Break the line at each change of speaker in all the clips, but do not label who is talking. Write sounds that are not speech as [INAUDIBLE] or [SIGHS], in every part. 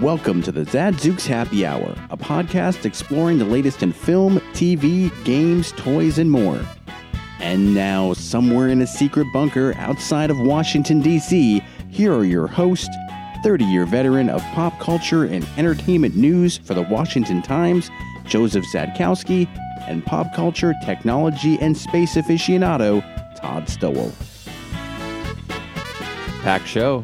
Welcome to the Zadzooks Happy Hour, a podcast exploring the latest in film, TV, games, toys, and more. And now, somewhere in a secret bunker outside of Washington, D.C., here are your hosts, 30 year veteran of pop culture and entertainment news for the Washington Times, Joseph Zadkowski, and pop culture, technology, and space aficionado, Todd Stowell.
Pack show.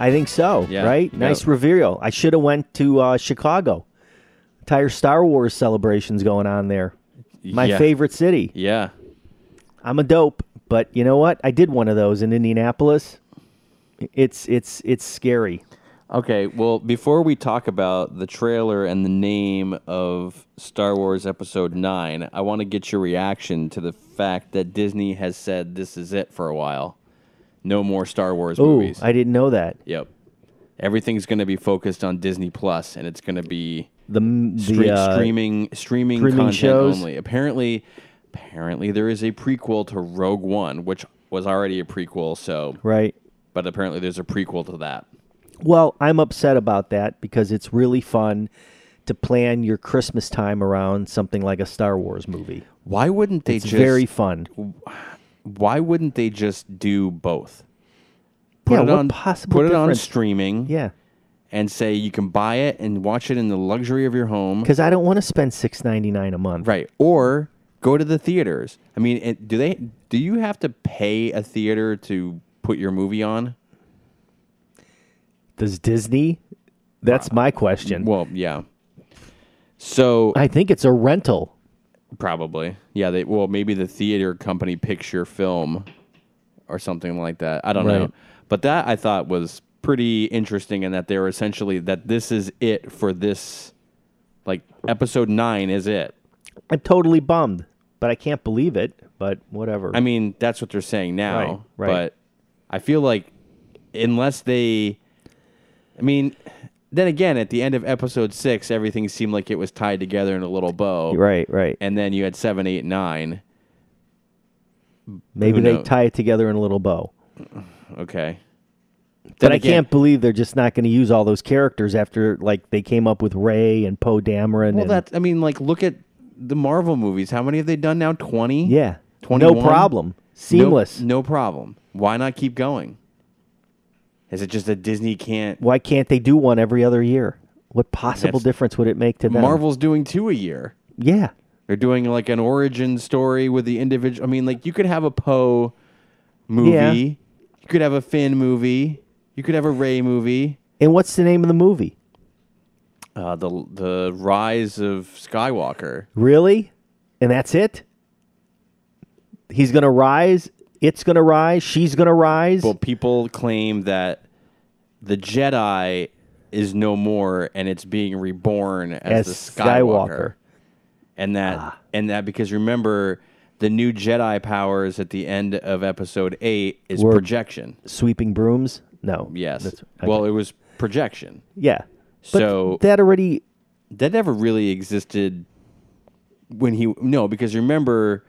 I think so.
Yeah.
Right?
Yeah.
Nice reveal. I should have went to uh, Chicago. Entire Star Wars celebrations going on there. My
Yeah.
favorite city.
Yeah.
I'm a dope, but you know what? I did one of those in Indianapolis. It's it's it's scary.
Okay, well, before we talk about the trailer and the name of Star Wars Episode 9, I want to get your reaction to the fact that Disney has said this is it for a while. No more Star Wars
Ooh,
movies.
I didn't know that.
yep. Everything's going to be focused on Disney Plus and it's going to be
The m-
street
the uh,
streaming streaming
streaming
content
shows.
only. Apparently apparently there is a prequel to Rogue One, which was already a prequel, so
right.
but apparently there's a prequel to that.
Well, I'm upset about that because it's really fun to plan your Christmas time around something like a Star Wars movie.
Why wouldn't they
It's
just
very fun.
why wouldn't they just do both? Put
Yeah,
it
what
on
possible
put it on
difference?
streaming
Yeah.
and say you can buy it and watch it in the luxury of your home.
Because I don't want to spend six ninety nine a month.
Right. Or go to the theaters. I mean, it, do they do you have to pay a theater to put your movie on?
Does Disney? That's my question.
Well, yeah. So
I think it's a rental.
probably. Yeah, they well maybe the theater company picks your film or something like that. I don't know.
Right.
But that I thought was pretty interesting in that they were essentially that this is it for this like episode 9 is it.
I'm totally bummed, but I can't believe it. But whatever.
I mean, that's what they're saying now,
Right, right.
but I feel like unless they I mean, then again at the end of episode 6 everything seemed like it was tied together in a little bow.
right, right.
And then you had seven, eight, nine.
Maybe
who
they
knows?
tie it together in a little bow.
Okay.
but I can't believe they're just not going to use all those characters after like they came up with Ray and Poe Dameron.
Well,
and,
that's. I mean, like, look at the Marvel movies. How many have they done now? Twenty.
yeah,
21?
no problem,
No-
seamless.
No, problem. Why not keep going? Is it just that Disney can't?
Why can't they do one every other year? What possible
That's-
difference would it make to them?
Marvel's doing two a year.
Yeah,
They're doing like an origin story with the individual. I mean, like you could have a Poe movie.
Yeah.
You could have a Finn movie. You could have a Ray movie.
and what's the name of the movie?
Uh, the the rise of Skywalker.
Really? And that's it? He's going to rise. It's going to rise. She's going to rise.
Well, people claim that the Jedi is no more, and it's being reborn
As
as, the Skywalker,
Skywalker. Ah.
and that and that because remember the new Jedi powers at the end of Episode Eight is
Were-
projection.
Sweeping brooms? No.
Yes,
That's-
well, it was projection.
yeah. But
so
that already.
that never really existed when he no, because remember.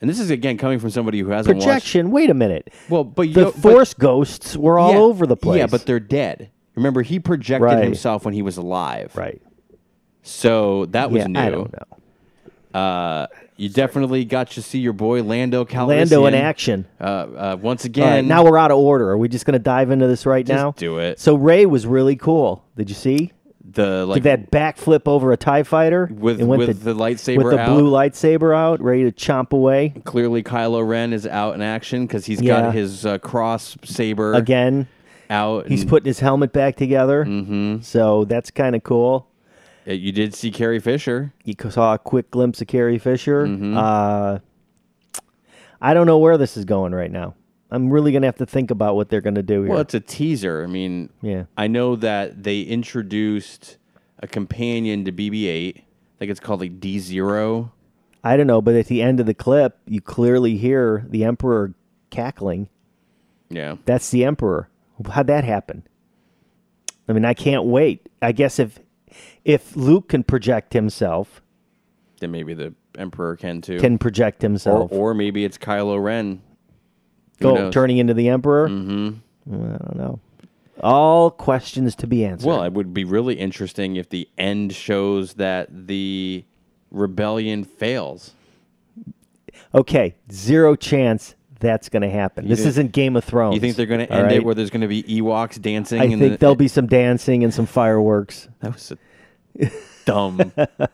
And this is again coming from somebody who hasn't watched.
Projection. Wait a minute.
Well, but you
The
know, but-
force ghosts were all
Yeah,
over the place.
Yeah, but they're dead. Remember, he projected
Right.
himself when he was alive.
Right.
So that was
yeah,
new.
I don't know.
Uh, you definitely got to see your boy Lando Calrissian.
Lando in action.
Uh, uh, once
All right,
again,
now we're out of order. Are we just going to dive into this right
Just
now?
do it.
So Ray was really cool. Did you see?
the like
Did that backflip over a Tie Fighter
With-
and went
with the lightsaber
with the
out.
blue lightsaber out, ready to chomp away
clearly Kylo Ren is out in action because he's
Yeah.
got his uh, cross saber
again.
out.
He's
and,
putting his helmet back together. Mm-hmm. So that's kind of cool.
uh, you did see Carrie Fisher.
You c- saw a quick glimpse of Carrie Fisher. Uh, I don't know where this is going right now. I'm really going to have to think about what they're going to do here.
Well, it's a teaser. I mean,
Yeah.
I know that they introduced a companion to BB-8. I think it's called like D Zero.
I don't know, but at the end of the clip, you clearly hear the Emperor cackling.
Yeah.
That's the Emperor. How'd that happen? I mean, I can't wait. I guess if if Luke can project himself,
then maybe the Emperor can too.
can project
or,
himself,
or maybe it's Kylo Ren. Who
go
knows?
turning into the Emperor. Mm-hmm. I Mm, don't know. All questions to be answered.
Well, it would be really interesting if the end shows that the rebellion fails.
okay, zero chance that's going to happen. This
think-
isn't Game of Thrones.
You think they're going to
all
end it
right?
where there's going to be Ewoks dancing?
I
in
think
the, e-
there'll be some dancing and some fireworks.
[LAUGHS] That was a dumb.
[LAUGHS]
That's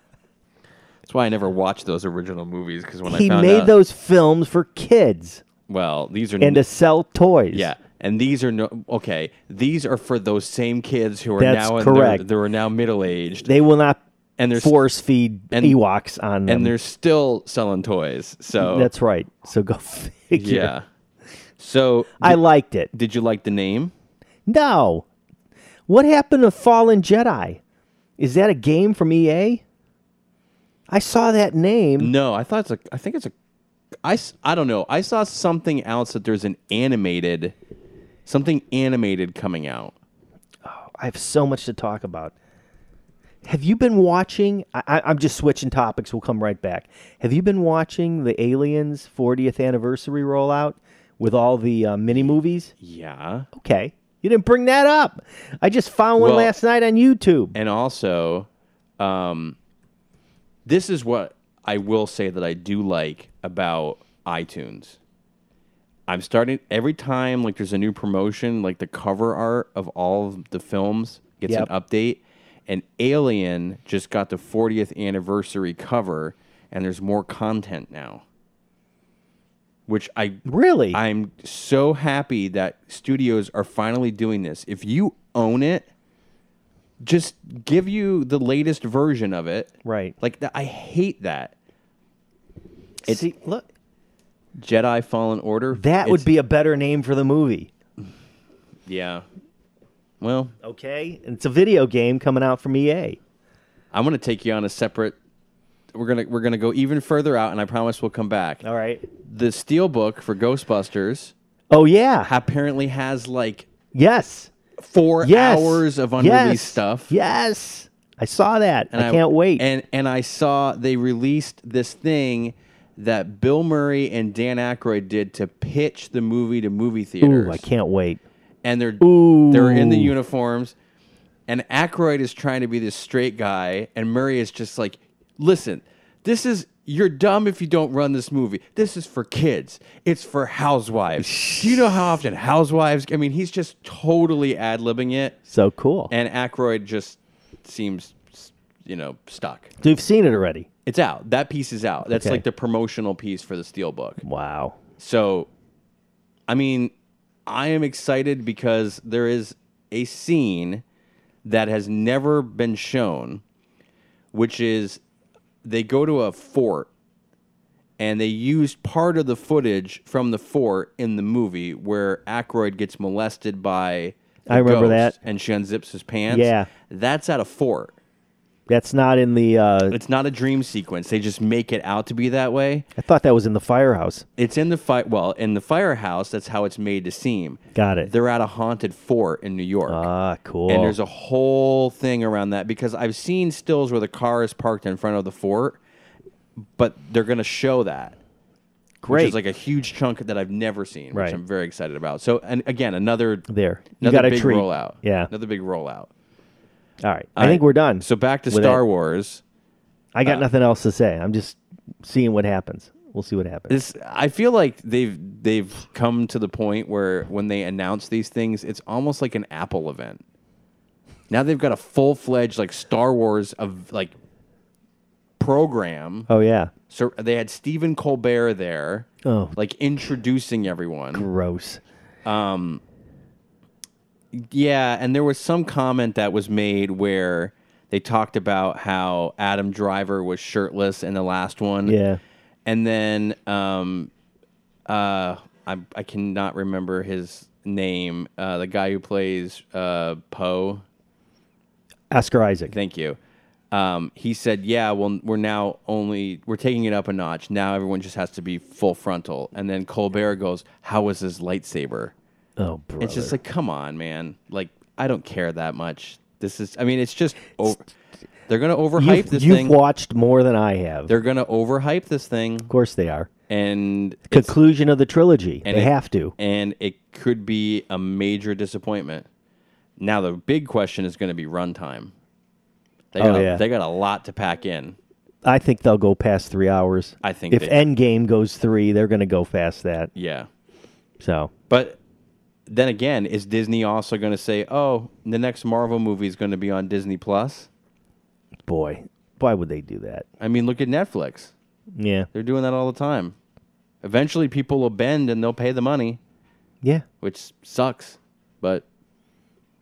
why I never watched those original movies because when I
He
found
made
out,
those films for kids
well, these are
and to sell toys.
yeah, and these are no okay. These are for those same kids who are
That's
now
correct.
They are now middle aged,
They will not
And there's-
force feed
and-
Ewoks on them.
and they're still selling toys. So
Um, That's right. So go [LAUGHS] figure.
yeah. So
[LAUGHS] I liked it.
did you like the name?
No. What happened to Fallen Jedi? Is that a game from EA? I saw that name.
No, I thought it's a. I think it's a. I, s- I don't know. I saw something else that there's an animated, something animated coming out.
I have so much to talk about. Have you been watching? I, I, I'm just switching topics. We'll come right back. Have you been watching the Aliens 40th anniversary rollout with all the uh, mini movies?
Yeah.
Okay. You didn't bring that up. I just found one
Well-
last night on YouTube.
and also um, this is what i will say that i do like about itunes i'm starting every time like there's a new promotion like the cover art of all of the films gets
Yep.
an update and alien just got the 40th anniversary cover and there's more content now which i
Really?
I'm so happy that studios are finally doing this. If you own it, just give you the latest version of it.
right.
Like th- I hate that it's-
See, look,
Jedi Fallen Order.
that would
it's-
be a better name for the movie.
yeah. Well,
Okay, it's a video game coming out from E EA.
I'm gonna take you on a separate. We're gonna we're gonna go even further out, and I promise we'll come back.
All right.
The Steelbook for Ghostbusters
Oh yeah.
apparently has like
Yes.
four
Yes.
hours of
yes.
unreleased stuff.
Yes. I saw that.
And
I, can't wait.
And and I saw they released this thing that Bill Murray and Dan Aykroyd did to pitch the movie to movie theaters.
Ooh, I can't wait.
And they're they're in the
Ooh.
uniforms, and Aykroyd is trying to be this straight guy, and Murray is just like, listen, this is. You're dumb if you don't run this movie. This is for kids. It's for housewives. Do you know how often housewives? I mean, he's just totally ad libbing it,
So cool.
and Aykroyd just seems, you know, stuck.
So you've seen it already.
It's out. That piece is out. That's
Okay.
like the promotional piece for the Steelbook.
Wow.
So, I mean, I am excited because there is a scene that has never been shown, which is they go to a fort and they used part of the footage from the fort in the movie where Aykroyd gets molested by. the
I remember
ghost
that.
And she unzips his pants.
Yeah.
That's at a fort.
That's not in the. Uh,
It's not a dream sequence. They just make it out to be that way.
I thought that was in the firehouse.
It's in the fi- well, in the firehouse, that's how it's made to seem.
Got it.
They're at a haunted fort in New York.
Ah, cool.
And there's a whole thing around that because I've seen stills where the car is parked in front of the fort, but they're going to show that. Which
great
is like a huge chunk that I've never seen,
Right.
which I'm very excited about. So, and again, another
there. You
another
got a
big
treat.
rollout.
Yeah.
Another big rollout.
All right. I think we're done.
So uh, back to
with
Star
it.
Wars.
I got nothing else to say. I'm just seeing what happens. We'll see what happens.
This I feel like they've they've come to the point where when they announce these things, it's almost like an Apple event. Now they've got a full fledged like Star Wars of like program.
Oh yeah.
So they had Stephen Colbert there,
Oh.
like introducing everyone.
Gross.
Yeah, and there was some comment that was made where they talked about how Adam Driver was shirtless in the last one.
Yeah.
and then um, uh, I I cannot remember his name. Uh, the guy who plays uh, Poe.
Oscar Isaac.
Thank you. Um, he said, "Yeah, well, we're now only we're taking it up a notch. Now everyone just has to be full frontal." And then Colbert goes, "How was his lightsaber?"
Oh, brother.
It's just like, come on, man. Like I don't care that much. This is, I mean, it's just over. They're gonna overhype
you've,
this
you've
thing.
watched more than I have.
They're gonna overhype this thing,
Of course they are.
and it's-
Conclusion of the trilogy. They
it-
have to.
and it could be a major disappointment. Now the big question is going to be runtime. They
Oh,
got, a-
yeah.
they got a lot to pack in.
I think they'll go past three hours.
I think
if
they-
Endgame goes three, they're going to go past that.
Yeah.
So
But then again, is Disney also going to say, "Oh, the next Marvel movie is going to be on Disney Plus"?
boy, why would they do that?
I mean, look at Netflix.
Yeah,
They're doing that all the time. Eventually, people will bend and they'll pay the money,
yeah.
which sucks, but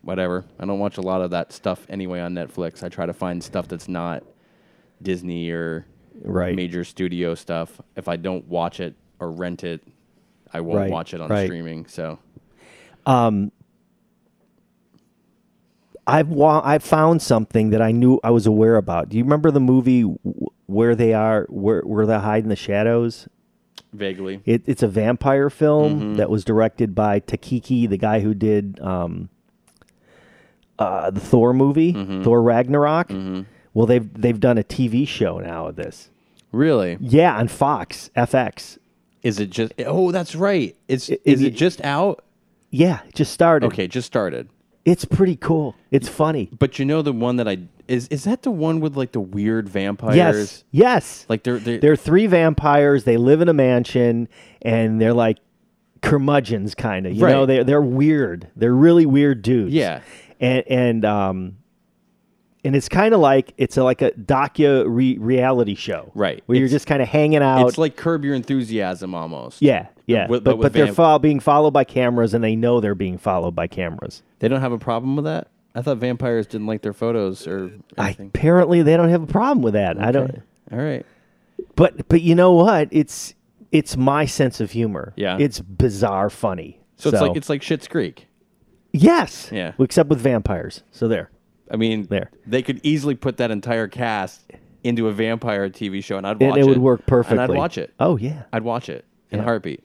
whatever. I don't watch a lot of that stuff anyway on Netflix. I try to find stuff that's not Disney or
Right.
major studio stuff. If I don't watch it or rent it, I won't
Right,
watch it on
right.
streaming. So
Um, I've wa- I found something that I knew I was aware about. Do you remember the movie w- where they are, where where they hide in the shadows?
vaguely,
It, it's a vampire film that was directed by Takiki, the guy who did um, uh, the Thor movie, Thor Ragnarok. Well, they've they've done a TV show now of this.
really,
Yeah, on Fox FX.
is it just? Oh, that's right. It's is
it-
it just out?
Yeah, it just started.
Okay, just started.
It's pretty cool. It's funny.
But you know the one that I is is that the one with like the weird vampires?
Yes. Yes.
Like they're they're,
There are three vampires. They live in a mansion, and they're like curmudgeons, kind of. You know,
Right.
they're they're weird. They're really weird dudes.
Yeah.
and and um, and it's kind of like it's a, like a docu re- reality show,
Right.
Where you're
It's-
just kind of hanging out.
it's like curb your enthusiasm almost.
yeah, yeah.
With- but
but
with
but they're
vamp-
fo- being followed by cameras, and they know they're being followed by cameras.
They don't have a problem with that? I thought vampires didn't like their photos or
I,
anything.
apparently, they don't have a problem with that. I don't.
All right.
But but you know what? It's it's my sense of humor.
Yeah.
it's bizarre funny.
So, it's like it's like Shit's Creek.
Yes.
Yeah.
Except with vampires. So there.
I mean,
There.
they could easily put that entire cast into a vampire TV show and I'd
And
watch it.
it would work perfectly.
And I'd watch it.
Oh yeah.
I'd watch it in a
Yeah.
heartbeat.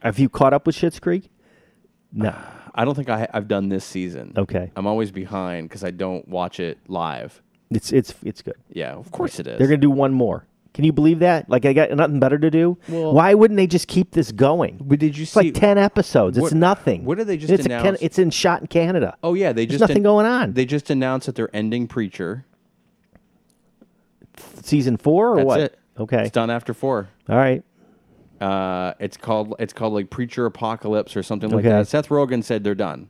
Have you caught up with Shit's Creek?
[SIGHS]
No.
I don't think I, I've done this season.
Okay.
I'm always behind because I don't watch it live.
It's it's it's good.
Yeah, of course it is.
They're gonna do one more. Can you believe that? Like I got nothing better to do.
Well-
Why wouldn't they just keep this going?
But did you
it's
see-
like ten episodes.
What-
it's nothing.
what did they just
it's a Can-
announce?
it's in shot in Canada.
Oh yeah, they
There's
just
nothing going on.
They just announced that they're ending Preacher.
Season four or
That's
what?
it.
Okay.
It's done after four.
All right.
Uh, it's called it's called like Preacher Apocalypse or something like
Okay.
that. Seth Rogen said they're done.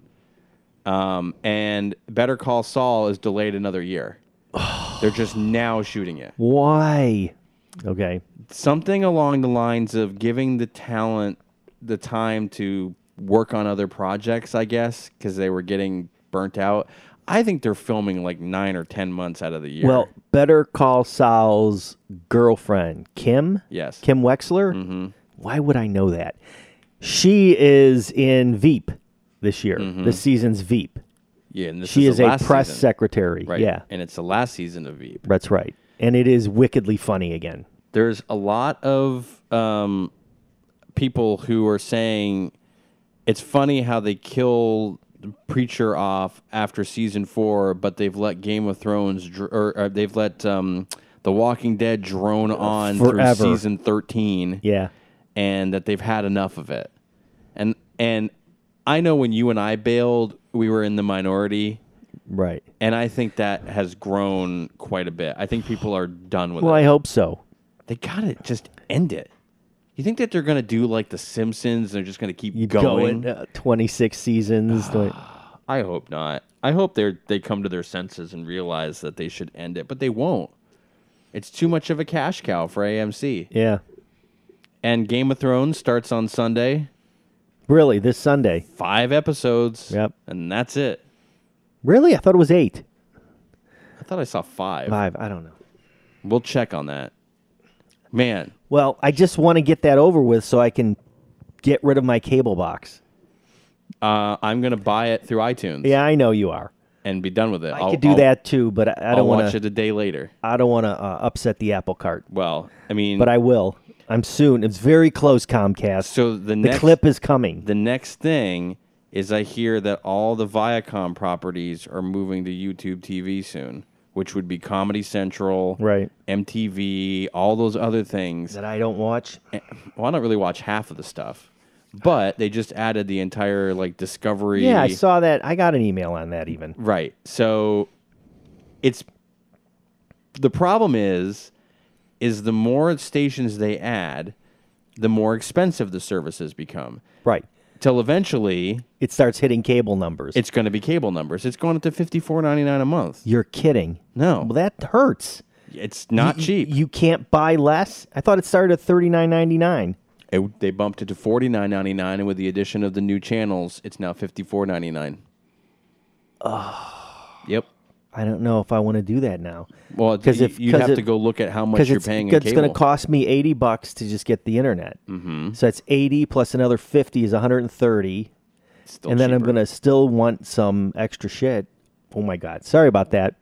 Um, and Better Call Saul is delayed another
[SIGHS]
year. they're just now shooting it.
Why? Okay.
Something along the lines of giving the talent the time to work on other projects, I guess, because they were getting burnt out. I think they're filming like nine or ten months out of the year.
Well, Better Call Saul's girlfriend, Kim.
Yes.
Kim Wexler.
Mm-hmm.
Why would I know that? She is in Veep this year. This season's Veep.
yeah, and Mm-hmm. this
She
is,
is
the
a
last
press
season.
secretary.
Right.
Yeah,
And it's the last season of Veep.
that's right. And it is wickedly funny again.
There's a lot of um, people who are saying it's funny how they kill the Preacher off after season four, but they've let Game of Thrones dr- or, or they've let um, The Walking Dead drone on
Forever.
through season 13
Yeah.
and that they've had enough of it. And, and I know when you and I bailed, we were in the minority.
Right.
And I think that has grown quite a bit. I think people are done with
Well,
it.
I hope so.
They gotta just end it. You think that they're gonna do like The Simpsons? They're just gonna keep
You
going? Ah.
go in uh, 26 seasons. like-
I hope not. I hope they are they come to their senses and realize that they should end it, but they won't. It's too much of a cash cow for AMC.
yeah.
And Game of Thrones starts on Sunday.
Really, this Sunday.
Five episodes.
Yep.
And that's it.
Really? I thought it was eight.
I thought I saw five.
Five. I don't know.
We'll check on that. Man,
Well, I just want to get that over with so I can get rid of my cable box.
uh, I'm gonna buy it through iTunes
Yeah, I know you are.
and be done with it.
I could do that too, but I, I
I'll
don't want
watch
to.
it a day later.
I don't want to uh, upset the apple cart,
Well, I mean,
but I will. I'm soon. It's very close, Comcast.
so the
the
next
clip is coming.
the next thing is I hear that all the Viacom properties are moving to YouTube TV soon, which would be Comedy Central,
Right.
MTV, all those other things.
that I don't watch.
Well, I don't really watch half of the stuff, But they just added the entire like Discovery.
Yeah, I saw that. I got an email on that even.
Right. So it's the problem is is the more stations they add, the more expensive the services become.
Right.
Till eventually
It starts hitting cable numbers.
it's going to be cable numbers. It's going up to 54.99 a month.
You're kidding.
No.
Well, that hurts.
It's not
You-
cheap.
You can't buy less. I thought it started at thirty nine ninety nine.
It- they bumped it to 49.99 and with the addition of the new channels, it's now 54.99.
Ah.
Oh. Yep.
I don't know if I want to do that now
Well,
'Cause
y-
if-
you'd
'cause
have
it-
to go look at how much
because
you're
it's,
paying in
it's going
cable.
to cost me eighty bucks to just get the internet. Mm-hmm. So that's eighty plus another fifty is one hundred and thirty,
It's still
and then I'm
cheaper.
going to still want some extra shit. Oh my god! Sorry about that.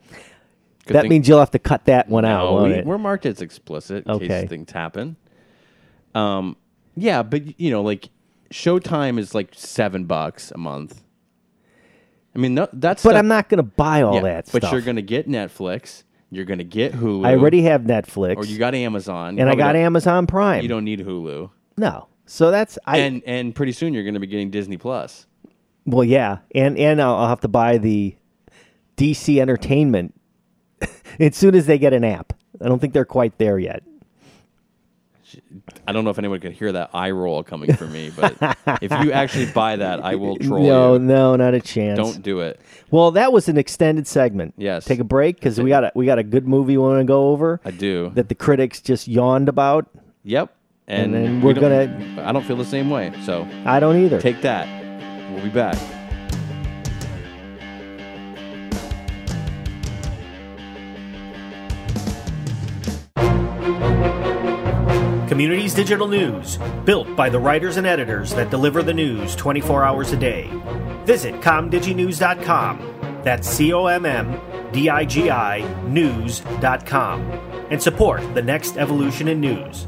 Good
that
thing-
means you'll have to cut that one out,
No,
won't
we,
it?
We're marked as explicit in
Okay.
case things happen. Um, yeah, but you know, like Showtime is like seven bucks a month. I mean, no, that's
But I'm not going to buy all that stuff.
But you're gonna get Netflix. You're gonna get Hulu.
I already have Netflix,
or Oh, you got Amazon,
and I
Probably
got
don't-
Amazon Prime.
You don't need Hulu,
no, so that's I.
and and pretty soon you're gonna be getting Disney Plus.
Well, yeah, and and I'll, I'll have to buy the DC Entertainment [LAUGHS] as soon as they get an app. I don't think they're quite there yet.
I don't know if anyone could hear that eye roll coming from me, but
[LAUGHS]
if you actually buy that, I will troll
no,
you.
no, not a chance.
Don't do it.
Well, that was an extended segment.
Yes.
Take a break because we got a, we got a good movie we want to go over
I do.
that the critics just yawned about.
Yep. And,
then
we
we're
don't- I don't feel the same way. So
I don't either.
take that. We'll be back.
Communities Digital News, built by the writers and editors that deliver the news 24 hours a day. Visit comdiginews.com. That's C O M M D I G I news.com and support the next evolution in news.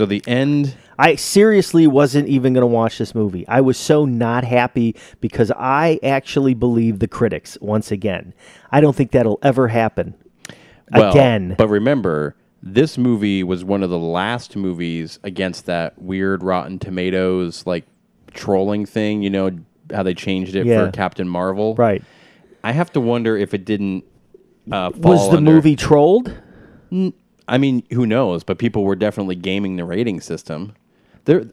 So the end.
I seriously wasn't even going to watch this movie. I was so not happy because I actually believe the critics once again. I don't think that'll ever happen
Well,
again.
But remember, this movie was one of the last movies against that weird Rotten Tomatoes like trolling thing. You know how they changed it
Yeah.
for Captain Marvel.
right.
I have to wonder if it didn't. Uh,
Was
fall
the
under-
movie trolled?
I mean, who knows? But people were definitely gaming the rating system. There,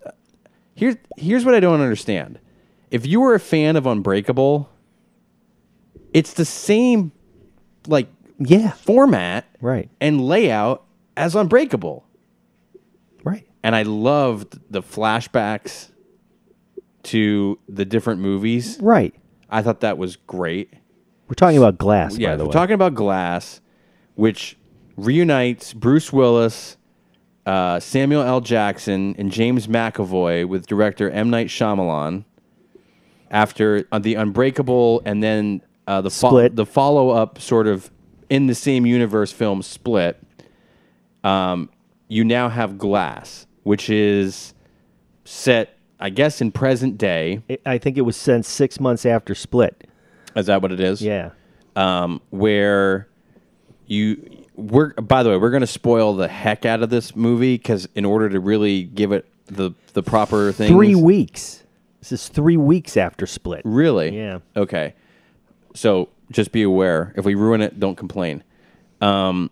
here's here's what I don't understand. If you were a fan of Unbreakable, it's the same like
Yeah.
format
Right.
and layout as Unbreakable,
Right.
and I loved the flashbacks to the different movies.
Right.
I thought that was great.
We're talking about glass,
yeah,
by the
we're
way.
talking about Glass, which reunites Bruce Willis, uh, Samuel L. Jackson, and James McAvoy with director M. Night Shyamalan after uh, the Unbreakable and then uh, the fo-
Split.
the follow up sort of in the same universe film Split. Um, you now have Glass, which is set, I guess, in present day.
I- I think it was sent six months after Split.
Is that what it is?
Yeah.
um, where you we're by the way we're going to spoil the heck out of this movie because in order to really give it the the proper thing
Three weeks. This is three weeks after Split.
really
Yeah.
okay so just be aware if we ruin it don't complain um,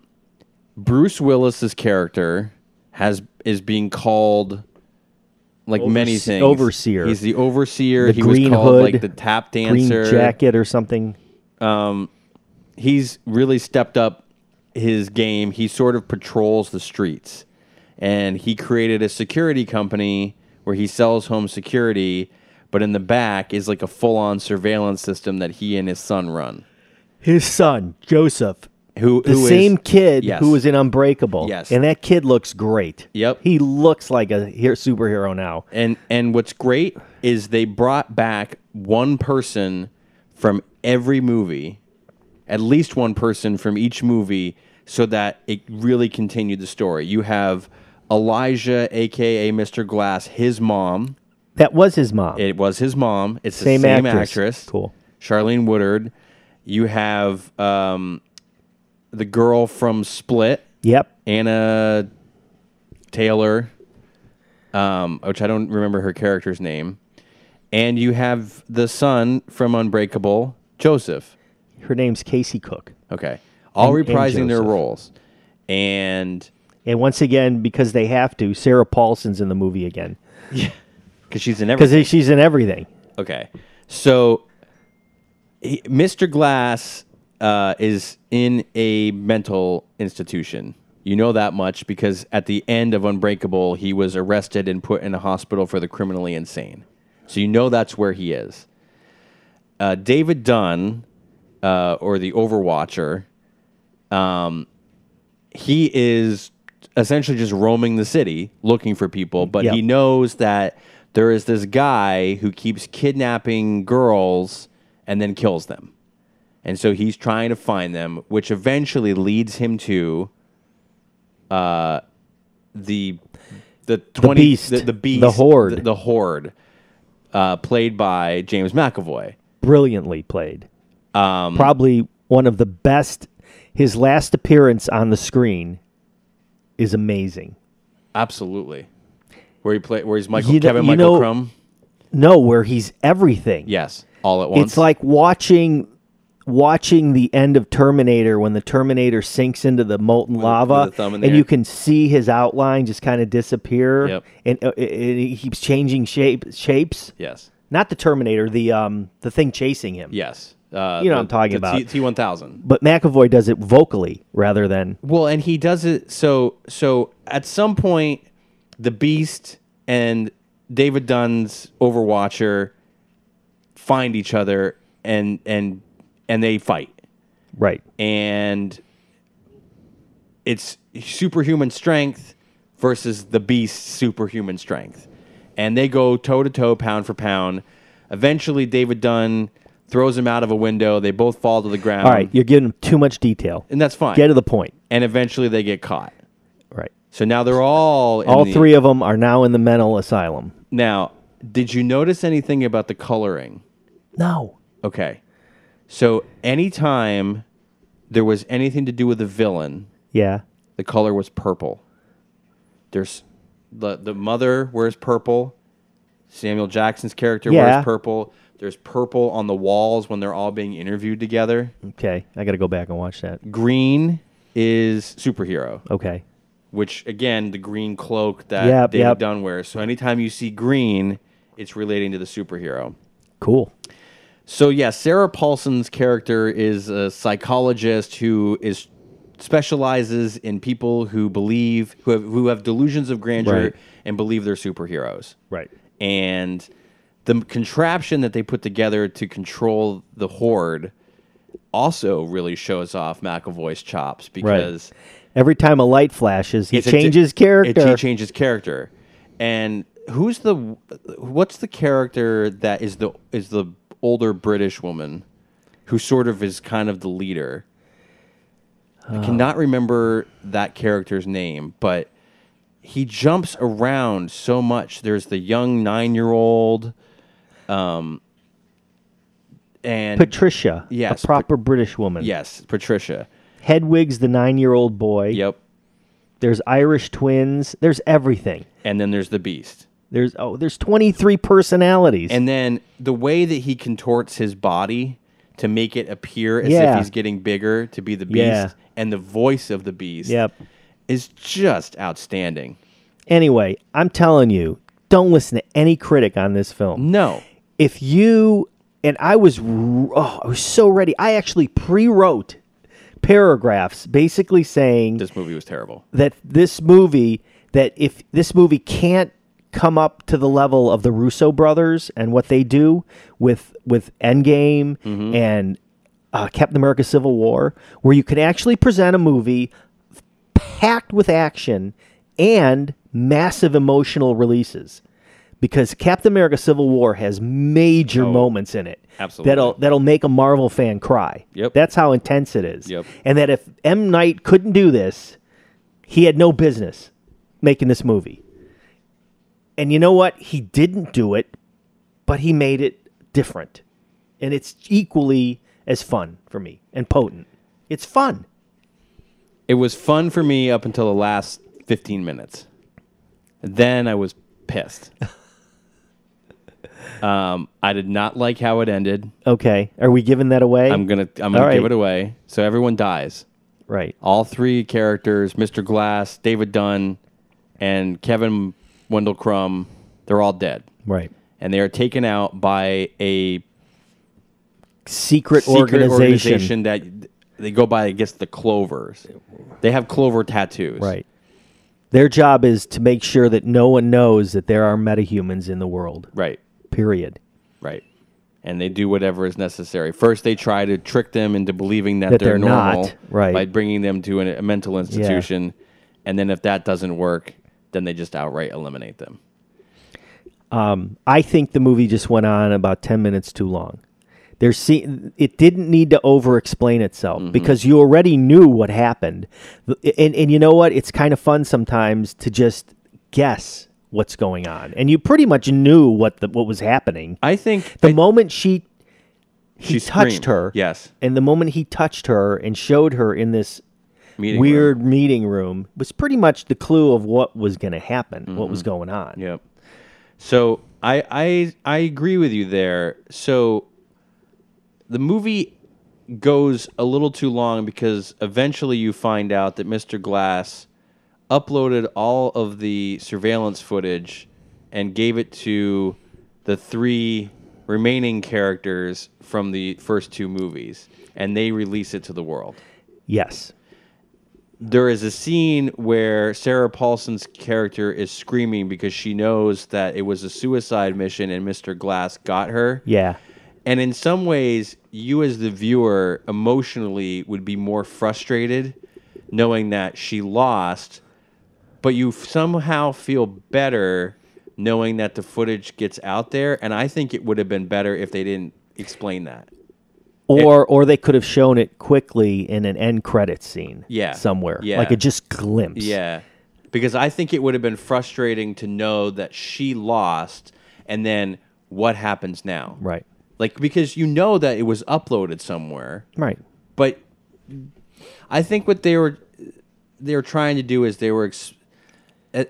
Bruce Willis's character has is being called like many
Overse-
things
overseer.
he's the overseer
The
he
green
was called
hood,
like the tap
Green
dancer
jacket or something.
he's really stepped up his game. He sort of patrols the streets, and he created a security company where he sells home security. But in the back is like a full-on surveillance system that he and his son run.
His son, Joseph.
Who
the
who is-
same kid
Yes.
who was in Unbreakable.
Yes.
And that kid looks great.
Yep.
He looks like a he- superhero now.
And and what's great is they brought back one person from every movie, at least one person from each movie, so that it really continued the story. You have Elijah, aka Mr. Glass, his mom.
That was his mom.
It was his mom. It's
Same
the same
actress.
actress.
Cool.
Charlene Woodard. You have um, the girl from Split,
yep.
Anna Taylor. um, which I don't remember her character's name. And you have the son from Unbreakable, Joseph.
Her name's Casey Cook.
Okay. All
And- and
reprising their
Joseph.
roles. And
And once again, because they have to, Sarah Paulson's in the movie again
because she's in every
because she's in everything.
Okay. So he, Mr. Glass uh, is in a mental institution. You know that much because at the end of Unbreakable, he was arrested and put in a hospital for the criminally insane. So you know that's where he is. Uh, David Dunn, uh, or the Overwatcher, um, he is essentially just roaming the city looking for people, but
Yep.
he knows that there is this guy who keeps kidnapping girls and then kills them. And so he's trying to find them, which eventually leads him to uh, the the twenty
beast.
the, the beast
The horde.
the, the horde, uh, played by James McAvoy.
Brilliantly played.
Um,
Probably one of the best. His last appearance on the screen is amazing.
Absolutely. Where he play, where he's Michael
You know-
Kevin
you
Michael
know-
Crumb.
No, where he's everything.
Yes, all at once.
It's like watching watching the end of Terminator when the Terminator sinks into the molten lava
with the thumb in the
and
air.
you can see his outline just kind of disappear
Yep.
and uh, it, it, he keeps changing shape shapes.
yes,
Not the Terminator, the um the thing chasing him.
yes. Uh,
You know what I'm talking about.
T one thousand.
But McAvoy does it vocally rather than
Well, and he does it so so at some point the Beast and David Dunn's Overwatcher find each other and and and they fight.
right.
And it's superhuman strength versus the Beast's superhuman strength. And they go toe to toe, pound for pound. Eventually David Dunn throws him out of a window. They both fall to the ground.
All right, you're giving him too much detail.
Um, And that's fine.
Get to the point.
and eventually they get caught.
Right.
So now they're all in
All
the-
three of them are now in the mental asylum.
Now, did you notice anything about the coloring?
No.
Okay, so anytime there was anything to do with the villain,
Yeah.
the color was purple. There's the the mother wears purple. Samuel Jackson's character
Yeah.
wears purple. There's purple on the walls when they're all being interviewed together.
Okay. I got to go back and watch that.
Green is superhero.
Okay.
which again the green cloak that
Yep,
David
yep.
Dunn wears. So anytime you see green, it's relating to the superhero.
Cool.
So yeah, Sarah Paulson's character is a psychologist who is specializes in people who believe who have who have delusions of grandeur
Right.
and believe they're superheroes.
Right.
And the contraption that they put together to control the horde also really shows off McAvoy's chops because
Every time a light flashes, he
It's a di-
changes
It,
character.
he changes character. And who's the what's the character that is the is the older British woman who sort of is kind of the leader? I cannot remember that character's name, but he jumps around so much. There's the young nine year old, um, and
Patricia,
Yes,
a proper British woman.
yes, Patricia.
Hedwig's the nine-year-old boy.
Yep.
There's Irish twins. There's everything.
And then there's the Beast.
There's oh, there's 23 personalities.
And then the way that he contorts his body to make it appear as if
Yeah.
he's getting bigger to be the beast
Yeah.
and the voice of the beast
yep.
is just outstanding.
Anyway, I'm telling you, don't listen to any critic on this film.
No.
If you and I was r- oh, I was so ready. I actually pre-wrote paragraphs basically saying
This movie was terrible.
that this movie that if this movie can't come up to the level of the Russo brothers and what they do with with Endgame
Mm-hmm.
and uh, Captain America: Civil War, where you can actually present a movie packed with action and massive emotional releases. Because Captain America: Civil War has major moments in it
Oh, absolutely.
that'll that'll make a Marvel fan cry.
Yep.
That's how intense it is.
Yep.
And that if M Knight couldn't do this, he had no business making this movie. And you know what? He didn't do it, but he made it different. And it's equally as fun for me and potent. It's fun.
It was fun for me up until the last 15 minutes. Then I was
[LAUGHS]
pissed. um, I did not like how it ended.
Okay. Are we giving that away?
I'm gonna I'm gonna
All
give
right.
it away. So everyone dies.
right.
All three characters, Mr. Glass, David Dunn, and Kevin Wendell Crumb, they're all dead.
Right.
And they are taken out by a
Secret,
secret organization,
organization.
that they go by, I guess, the Clovers. They have Clover tattoos.
Right. Their job is to make sure that no one knows that there are metahumans in the world.
Right.
Period.
Right. And they do whatever is necessary. First, they try to trick them into believing that,
That they're
they're,
not,
normal
right.
by bringing them to an, a mental institution. And then if that doesn't work, then they just outright eliminate them.
Um, I think the movie just went on about 10 minutes too long. There's se- it didn't need to over explain itself
Mm-hmm.
because you already knew what happened. Th- And, and you know what? It's kind of fun sometimes to just guess what's going on. And you pretty much knew what the, what was happening.
I think
The moment she
she
he touched
screamed.
her.
Yes.
and the moment he touched her and showed her in this
Meeting room.
weird meeting room was pretty much the clue of what was going to happen,
Mm-hmm.
what was going on.
Yep. So I I I agree with you there. So the movie goes a little too long because eventually you find out that Mr. Glass uploaded all of the surveillance footage and gave it to the three remaining characters from the first two movies and they release it to the world.
Yes.
there is a scene where Sarah Paulson's character is screaming because she knows that it was a suicide mission and Mr. Glass got her.
Yeah.
And in some ways, you as the viewer emotionally would be more frustrated knowing that she lost, but you somehow feel better knowing that the footage gets out there. And I think it would have been better if they didn't explain that.
Or or they could have shown it quickly in an end credit scene.
Yeah.
Somewhere.
Yeah.
Like a just glimpse.
Yeah. Because I think it would have been frustrating to know that she lost and then what happens now.
Right.
Like because you know that it was uploaded somewhere,
Right.
but I think what they were they were trying to do is they were ex-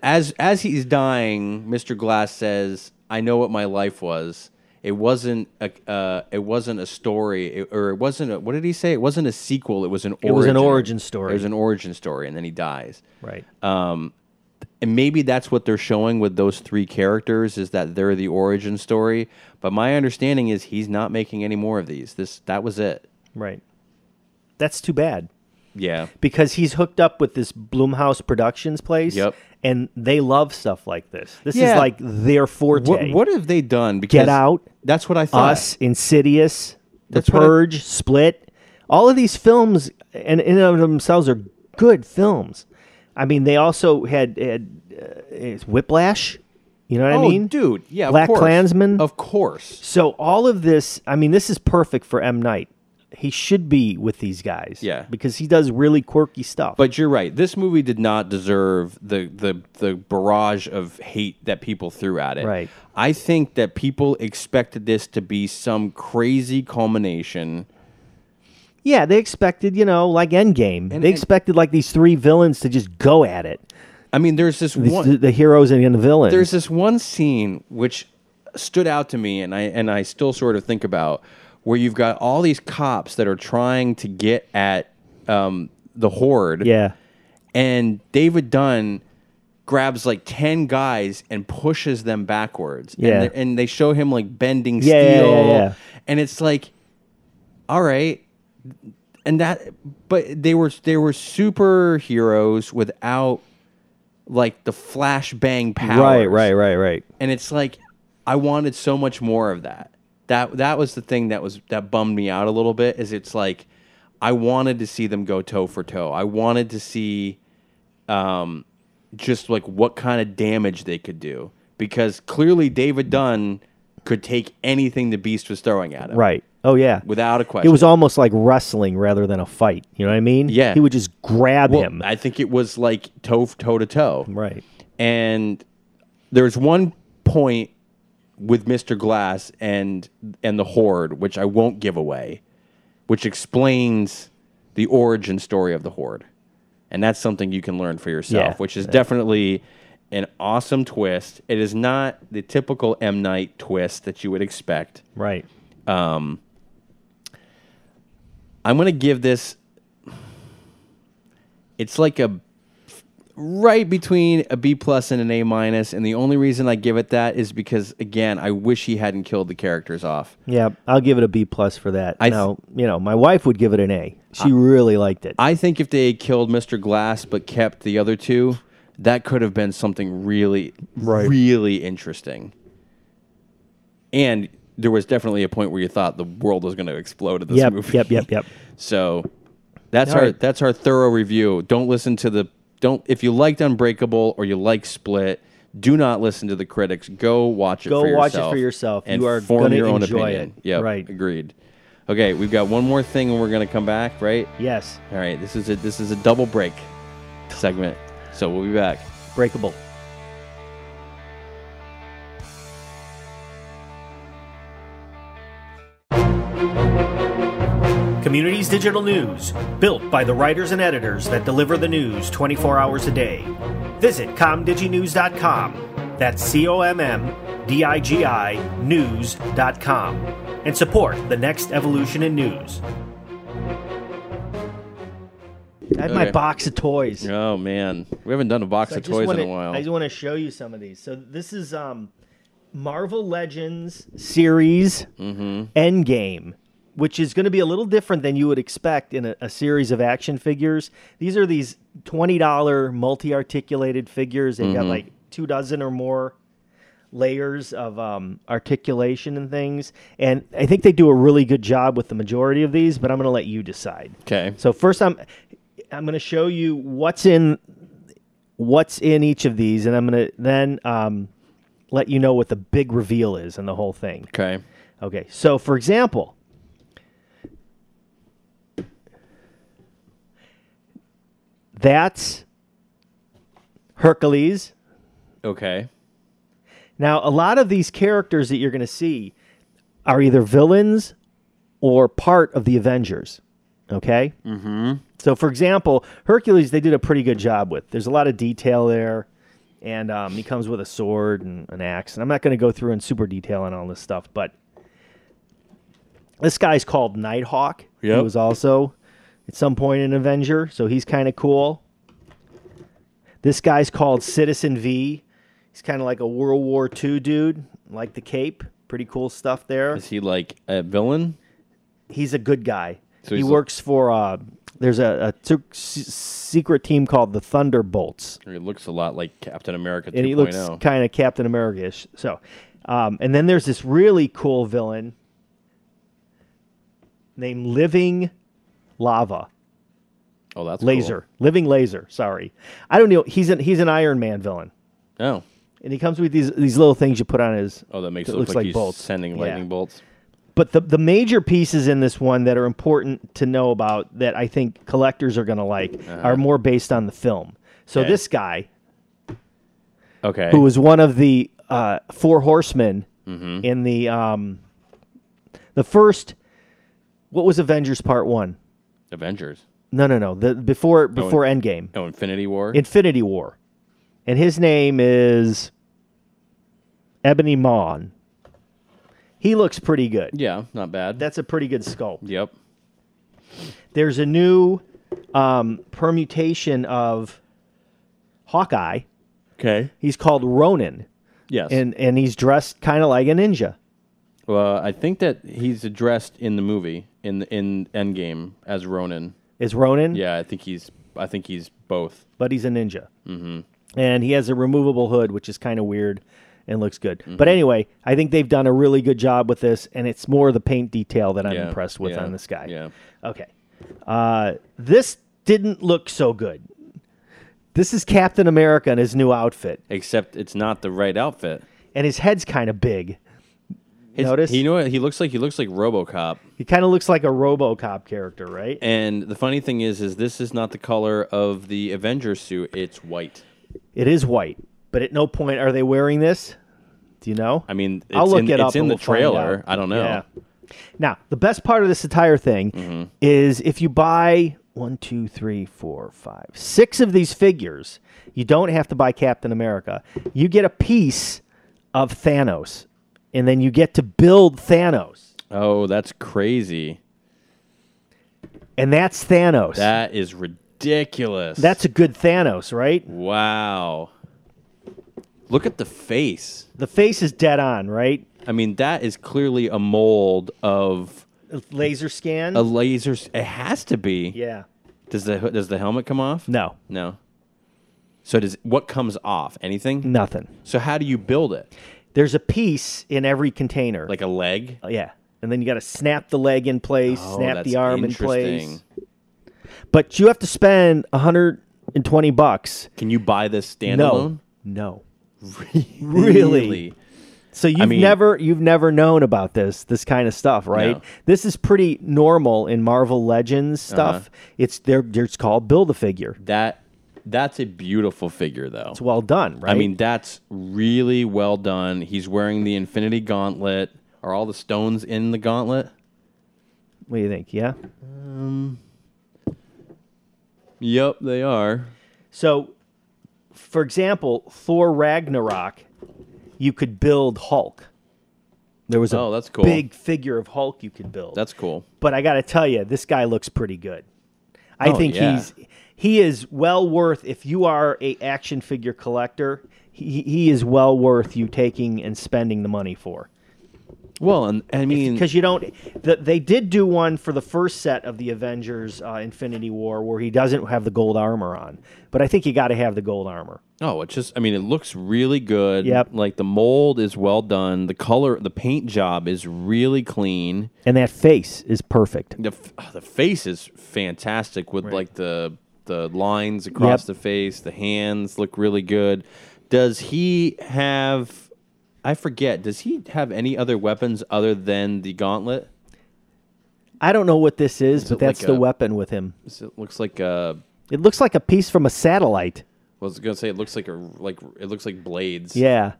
as as he's dying, Mr. Glass says, "I know what my life was. It wasn't a uh, it wasn't a story, it- or it wasn't a, what did he say? It wasn't a sequel. It was an origin.
was an origin story.
It was an origin story, and then he dies.
Right.
Uh, And maybe that's what they're showing with those three characters is that they're the origin story. But my understanding is he's not making any more of these. This that was it.
right. That's too bad.
Yeah.
Because he's hooked up with this Bloomhouse Productions place.
Yep.
And they love stuff like this. This
Yeah.
is like their forte.
What, what have they done? Because
Get Out,
That's what I thought.
Us, Insidious, The
That's what I-
Purge, Split. All of these films, and in and of themselves, are good films. I mean, they also had, had uh, it's Whiplash. You know what I
oh,
mean,
dude. Yeah.
Black
of course.
Klansman.
Of course.
So all of this, I mean, this is perfect for M Night. He should be with these guys,
Yeah.
because he does really quirky stuff.
But you're right. This movie did not deserve the the the barrage of hate that people threw at it.
Right.
I think that people expected this to be some crazy culmination.
yeah, they expected, you know, like Endgame.
And-
they
and-
expected like these three villains to just go at it.
I mean, there's this
These,
one
the, the heroes and the villains.
there's this one scene which stood out to me and I and I still sort of think about where you've got all these cops that are trying to get at um, the horde
yeah,
and David Dunn grabs like 10 guys and pushes them backwards
Yeah.
and, they- and they show him like bending
Yeah, yeah,
steel
yeah, yeah.
and it's like all right and that but they were they were superheroes without like the flashbang powers
right, right, right, right.
and it's like I wanted so much more of that. That that was the thing that was that bummed me out a little bit. Is it's like I wanted to see them go toe for toe. I wanted to see, um, just like what kind of damage they could do because clearly David Dunn could take anything the Beast was throwing at him.
Right. Oh yeah.
Without a question.
it was almost like wrestling rather than a fight. You know what I mean?
Yeah.
He would just grab
Well,
him.
I think it was like toe toe to toe.
right.
and there's one point with Mr. Glass and and the Horde, which I won't give away, which explains the origin story of the Horde, and that's something you can learn for yourself,
Yeah.
which is definitely an awesome twist. It is not the typical M Night twist that you would expect.
Right.
Um, I'm gonna give this. It's like a right between a B plus and an A minus, and the only reason I give it that is because again, I wish he hadn't killed the characters off.
Yeah, I'll give it a B plus for that.
I
I
th-
now, you know, my wife would give it an A. She really liked it.
I think if they had killed Mr. Glass but kept the other two, that could have been something really,
Right.
really interesting. And there was definitely a point where you thought the world was going to explode at this
yep,
[LAUGHS] movie.
yep, yep, yep.
So that's
All
our
right.
that's our thorough review. Don't listen to the don't if you liked Unbreakable or you like Split. Do not listen to the critics. Go watch it.
Go
for
watch it
yourself
for yourself.
And
You are
form
gonna
your own
enjoy
opinion.
it.
Yeah,
Right.
Agreed. Okay, we've got one more thing, and we're gonna come back. Right.
Yes,
All right. This is a this is a double break segment. So we'll be back.
breakable.
Communities Digital News, built by the writers and editors that deliver the news 24 hours a day. Visit comdiginews.com. That's C O M M D I G I news.com. And support the next evolution in news.
I had my
Okay.
box of toys.
Oh man, we haven't done a box
So I
of
just
toys
wanna-
in a while.
I just want to show you some of these. So this is um, Marvel Legends series
Mm-hmm.
Endgame, which is going to be a little different than you would expect in a, a series of action figures. These are these twenty dollar multi articulated figures. They've got
Mm-hmm.
like two dozen or more layers of um, articulation and things. And I think they do a really good job with the majority of these. But I'm going to let you decide.
okay.
So first, I'm I'm going to show you what's in what's in each of these, and I'm going to then um, let you know what the big reveal is and the whole thing.
Okay.
Okay. So for example, that's Hercules.
Okay.
Now, a lot of these characters that you're going to see are either villains or part of the Avengers. Okay. Mm-hmm. So, for example, Hercules, they did a pretty good job with. There's a lot of detail there, and um, he comes with a sword and an axe. And I'm not going to go through in super detail on all this stuff, but this guy's called Nighthawk. He
Yep.
was also at some point an Avenger, so he's kind of cool. This guy's called Citizen V. He's kind of like a World War II dude, like the cape. Pretty cool stuff there.
Is he like a villain?
He's a good guy.
So
he
he's a-
works for uh, there's a, a t- s- secret team called the Thunderbolts,
He looks a lot like Captain America 2.0.
and he looks kind of Captain America-ish. So, um, and then there's this really cool villain named Living Lava.
oh, that's cool.
Laser, living laser. Sorry, I don't know. He's an he's an Iron Man villain,
Oh,
and he comes with these these little things you put on his.
oh, that makes
It
it, look
looks
like,
like
he's
bolts.
sending
Yeah.
lightning bolts.
But the the major pieces in this one that are important to know about that I think collectors are going to like are more based on the film. So
Uh-huh. Okay.
this guy,
Okay.
who was one of the uh, four horsemen
Mm-hmm.
in the um, the first, what was Avengers Part One?
Avengers.
No, no, no. The before before Endgame.
Oh, Infinity War.
Infinity War. And his name is Ebony Mawn. He looks pretty good.
yeah, not bad.
That's a pretty good sculpt.
yep.
There's a new um, permutation of Hawkeye.
Okay.
He's called Ronin,
Yes. And
and, and he's dressed kind of like a ninja.
well, I think that he's addressed in the movie in in Endgame as Ronin.
Is Ronin?
Yeah, I think he's I think he's both.
but he's a ninja. Mm-hmm. And he has a removable hood, which is kind of weird and looks good.
Mm-hmm.
But anyway, I think they've done a really good job with this, and it's more the paint detail that I'm
Yeah,
impressed with
yeah,
on this guy.
yeah.
Okay. Uh, this didn't look so good. This is Captain America in his new outfit,
Except it's not the right outfit.
and his head's kind of big.
His-
Notice?
He know what he looks like he looks like RoboCop.
He kind of looks like a RoboCop character, right?
And the funny thing is is this is not the color of the Avengers suit. It's white.
It is white, but at no point are they wearing this. Do you know?
I mean, it's
I'll look
in,
it up.
It's in
and
the
we'll find
trailer.
out.
I don't know. Mm-hmm.
Yeah. Now, the best part of this entire thing is if you buy one, two, three, four, five, six of these figures. You don't have to buy Captain America. You get a piece of Thanos, and then you get to build Thanos,
Oh, that's crazy.
and that's Thanos.
That is ridiculous.
that's a good Thanos, right?
wow. Look at the face.
The face is dead on, right?
I mean, that is clearly a mold of
Laser scan.
a laser. s- It has to be.
yeah.
Does the does the helmet come off?
No,
No. So does what comes off? Anything?
nothing.
So how do you build it?
There's a piece in every container.
Like a leg?
Oh, yeah. And then you got to snap the leg in place,
Oh,
snap
that's
the arm in place.
interesting.
But you have to spend 120 bucks.
Can you buy this standalone?
No. No. Really? So you've
mean-
never you've never known about this this kind of stuff, right?
No.
This is pretty normal in Marvel Legends
Uh-huh.
stuff. It's they're, they're it's called build a figure.
That that's a beautiful figure though.
It's well done, right?
I mean, that's really well done. He's wearing the Infinity Gauntlet. Are all the stones in the gauntlet?
what do you think? Yeah.
Yep, they are.
So, for example, Thor Ragnarok, you could build Hulk. There was a
Oh, that's cool.
big figure of Hulk you could build.
That's cool.
but I got to tell you, this guy looks pretty good. I
Oh,
think
yeah.
he's he is well worth if you are a action figure collector. He, he is well worth you taking and spending the money for
Well, and I mean,
because you don't. The, they did do one for the first set of the Avengers uh, Infinity War where he doesn't have the gold armor on, but I think you got to have the gold armor.
oh, it just, I mean, it looks really good.
Yep.
Like the mold is well done. The color, the paint job is really clean.
and that face is perfect.
The, f- oh, the face is fantastic with like the the lines across
Yep.
the face. The hands look really good. Does he have? I forget. Does he have any other weapons other than the gauntlet?
I don't know what this is, but
it like
that's the
a-
weapon with him.
Is It looks like a.
It looks like a piece from a satellite.
I was gonna say it looks like a like it looks like blades.
Yeah,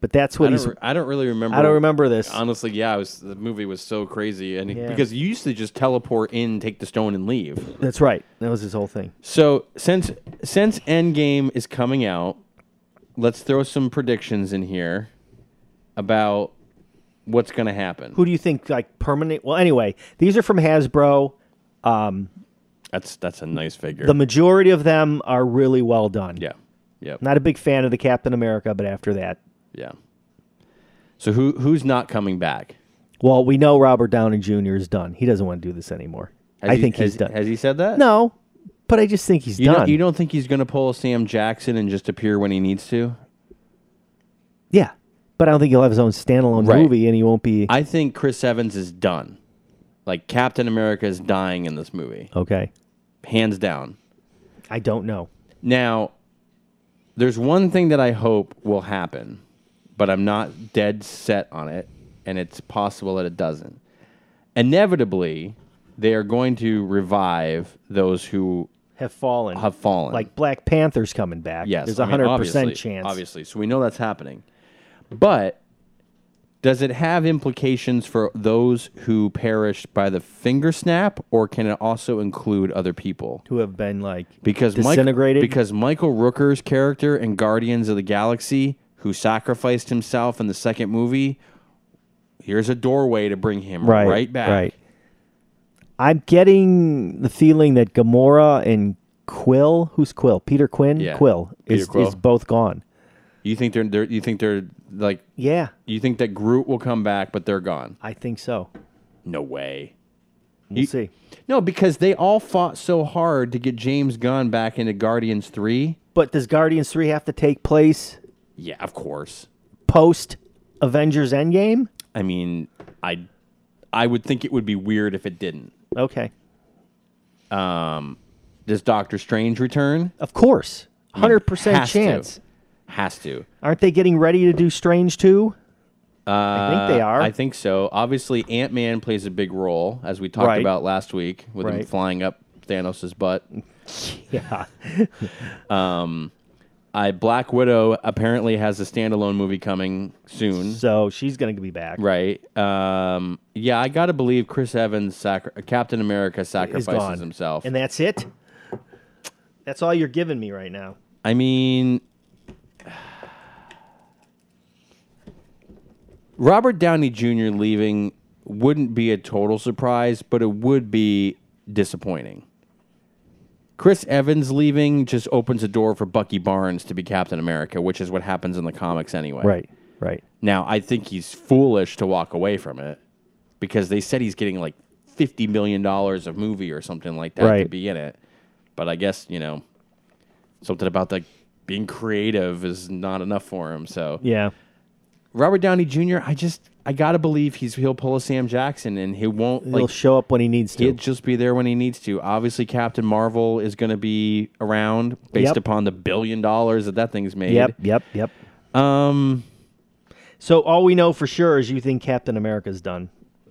but that's
I
what
don't,
he's.
re- I don't really remember.
I don't remember this.
Honestly, yeah, I was the movie was so crazy, and
Yeah.
because you used to just teleport in, take the stone, and leave.
That's right. That was his whole thing.
So since since Endgame is coming out, let's throw some predictions in here about what's gonna happen.
Who do you think like permanent? Well, anyway, these are from Hasbro.
That's that's a nice figure.
The majority of them are really well done.
yeah, yeah,
Not a big fan of the Captain America, but after that,
yeah. So who who's not coming back?
well, we know Robert Downey Jr. is done. He doesn't want to do this anymore.
Has
I
he-
think
has-
he's done.
Has he said that?
no, but I just think he's
You
done.
don't, you don't think he's going to pull a Sam Jackson and just appear when he needs to?
yeah, but I don't think he'll have his own standalone
Right.
movie, and he won't be.
I think Chris Evans is done. Like Captain America is dying in this movie,
okay,
hands down.
I don't know.
Now, there's one thing that I hope will happen, but I'm not dead set on it, and it's possible that it doesn't. Inevitably, they are going to revive those who
have fallen.
have fallen.
like Black Panther's coming back.
Yes,
there's
I
a
mean,
hundred
obviously-
percent chance.
Obviously, so we know that's happening. But does it have implications for those who perished by the finger snap, or can it also include other people?
who have been like
Because Mike-
disintegrated.
because Michael Rooker's character in Guardians of the Galaxy, who sacrificed himself in the second movie, here's a doorway to bring him right, back.
Right. I'm getting the feeling that Gamora and Quill, who's Quill? Peter Quinn.
Yeah,
Quill
Peter
is
Quill.
is both gone.
You think they're, they're you think they're like
Yeah,
you think that Groot will come back, but they're gone.
I think so.
No way.
We'll
You-
see.
No, because they all fought so hard to get James Gunn back into Guardians 3.
But does Guardians three have to take place
Yeah, of course.
post Avengers Endgame?
I mean, I I would think it would be weird if it didn't.
Okay,
Does Doctor Strange return?
of course, hundred percent
Has to.
chance.
Has to.
Aren't they getting ready to do Strange two? I think they
Uh,
are. [LAUGHS]
I think so. Obviously, Ant Man plays a big role, as we talked
Right.
about last week, with him
Right.
flying up Thanos' butt.
yeah.
I Black Widow apparently has a standalone movie coming soon.
So she's going to be back.
Right. Um, yeah, I gotta believe Chris Evans, sacri- Captain America,
Is
sacrifices
gone.
himself.
And that's it. That's all you're giving me right now.
I mean, Robert Downey Jr. leaving wouldn't be a total surprise, but it would be disappointing. Chris Evans leaving just opens a door for Bucky Barnes to be Captain America, which is what happens in the comics anyway.
Right.
Now, I think he's foolish to walk away from it because they said he's getting like fifty million dollars of movie or something like that to
Right.
be in it. But I guess you know something about like being creative is not enough for him. So
Yeah.
Robert Downey Jr. I just I gotta believe he's he'll pull a Sam Jackson and he won't
He'll
like
show up when he needs to.
he'll just be there when he needs to. Obviously, Captain Marvel is gonna be around based
Yep.
upon the billion dollars that that thing's made.
Yep, yep, yep.
Um.
So all we know for sure is you think Captain America's done.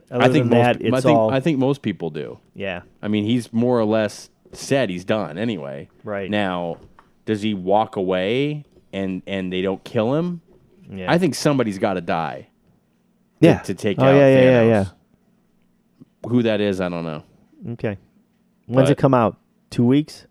Other
I think
than
most,
that,
I
it's
think
all
I think most people do.
yeah.
I mean, he's more or less said he's done anyway.
Right.
Now, does he walk away and and they don't kill him?
Yeah.
I think somebody's got to die
yeah.
to take
oh,
out
yeah, yeah,
Thanos.
yeah,
Who that is, I don't know.
yeah. Okay. When's it
But-
come out? Two weeks?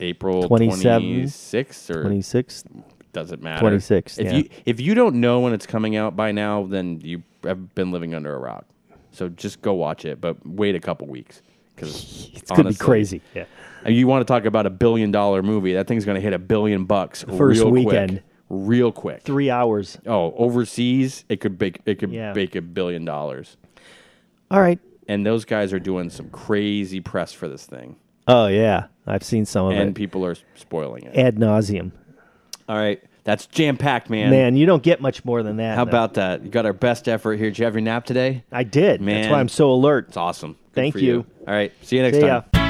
April
27,
26th or
Twenty sixth?
doesn't matter.
26,
If
yeah.
you if you don't know when it's coming out by now, then you have been living under a rock. So just go watch it, but wait a couple weeks because
It's gonna be crazy. Yeah.
And you want to talk about a billion dollar movie? That thing's going to hit a billion bucks
first
real
weekend.
quick, real quick.
Three hours.
Oh, overseas, it could bake it could
Yeah.
bake a billion dollars.
All right.
And those guys are doing some crazy press for this thing,
Oh yeah. I've seen some of
and
it.
people are spoiling it.
Ad nauseum.
All right, that's jam packed, man.
Man, you don't get much more than that.
How
now.
about that? You got our best effort here. Did you have your nap today?
I did. That's
Man.
why I'm so alert.
It's awesome. Good
Thank
for
you.
All right, see you next
See
time.
ya.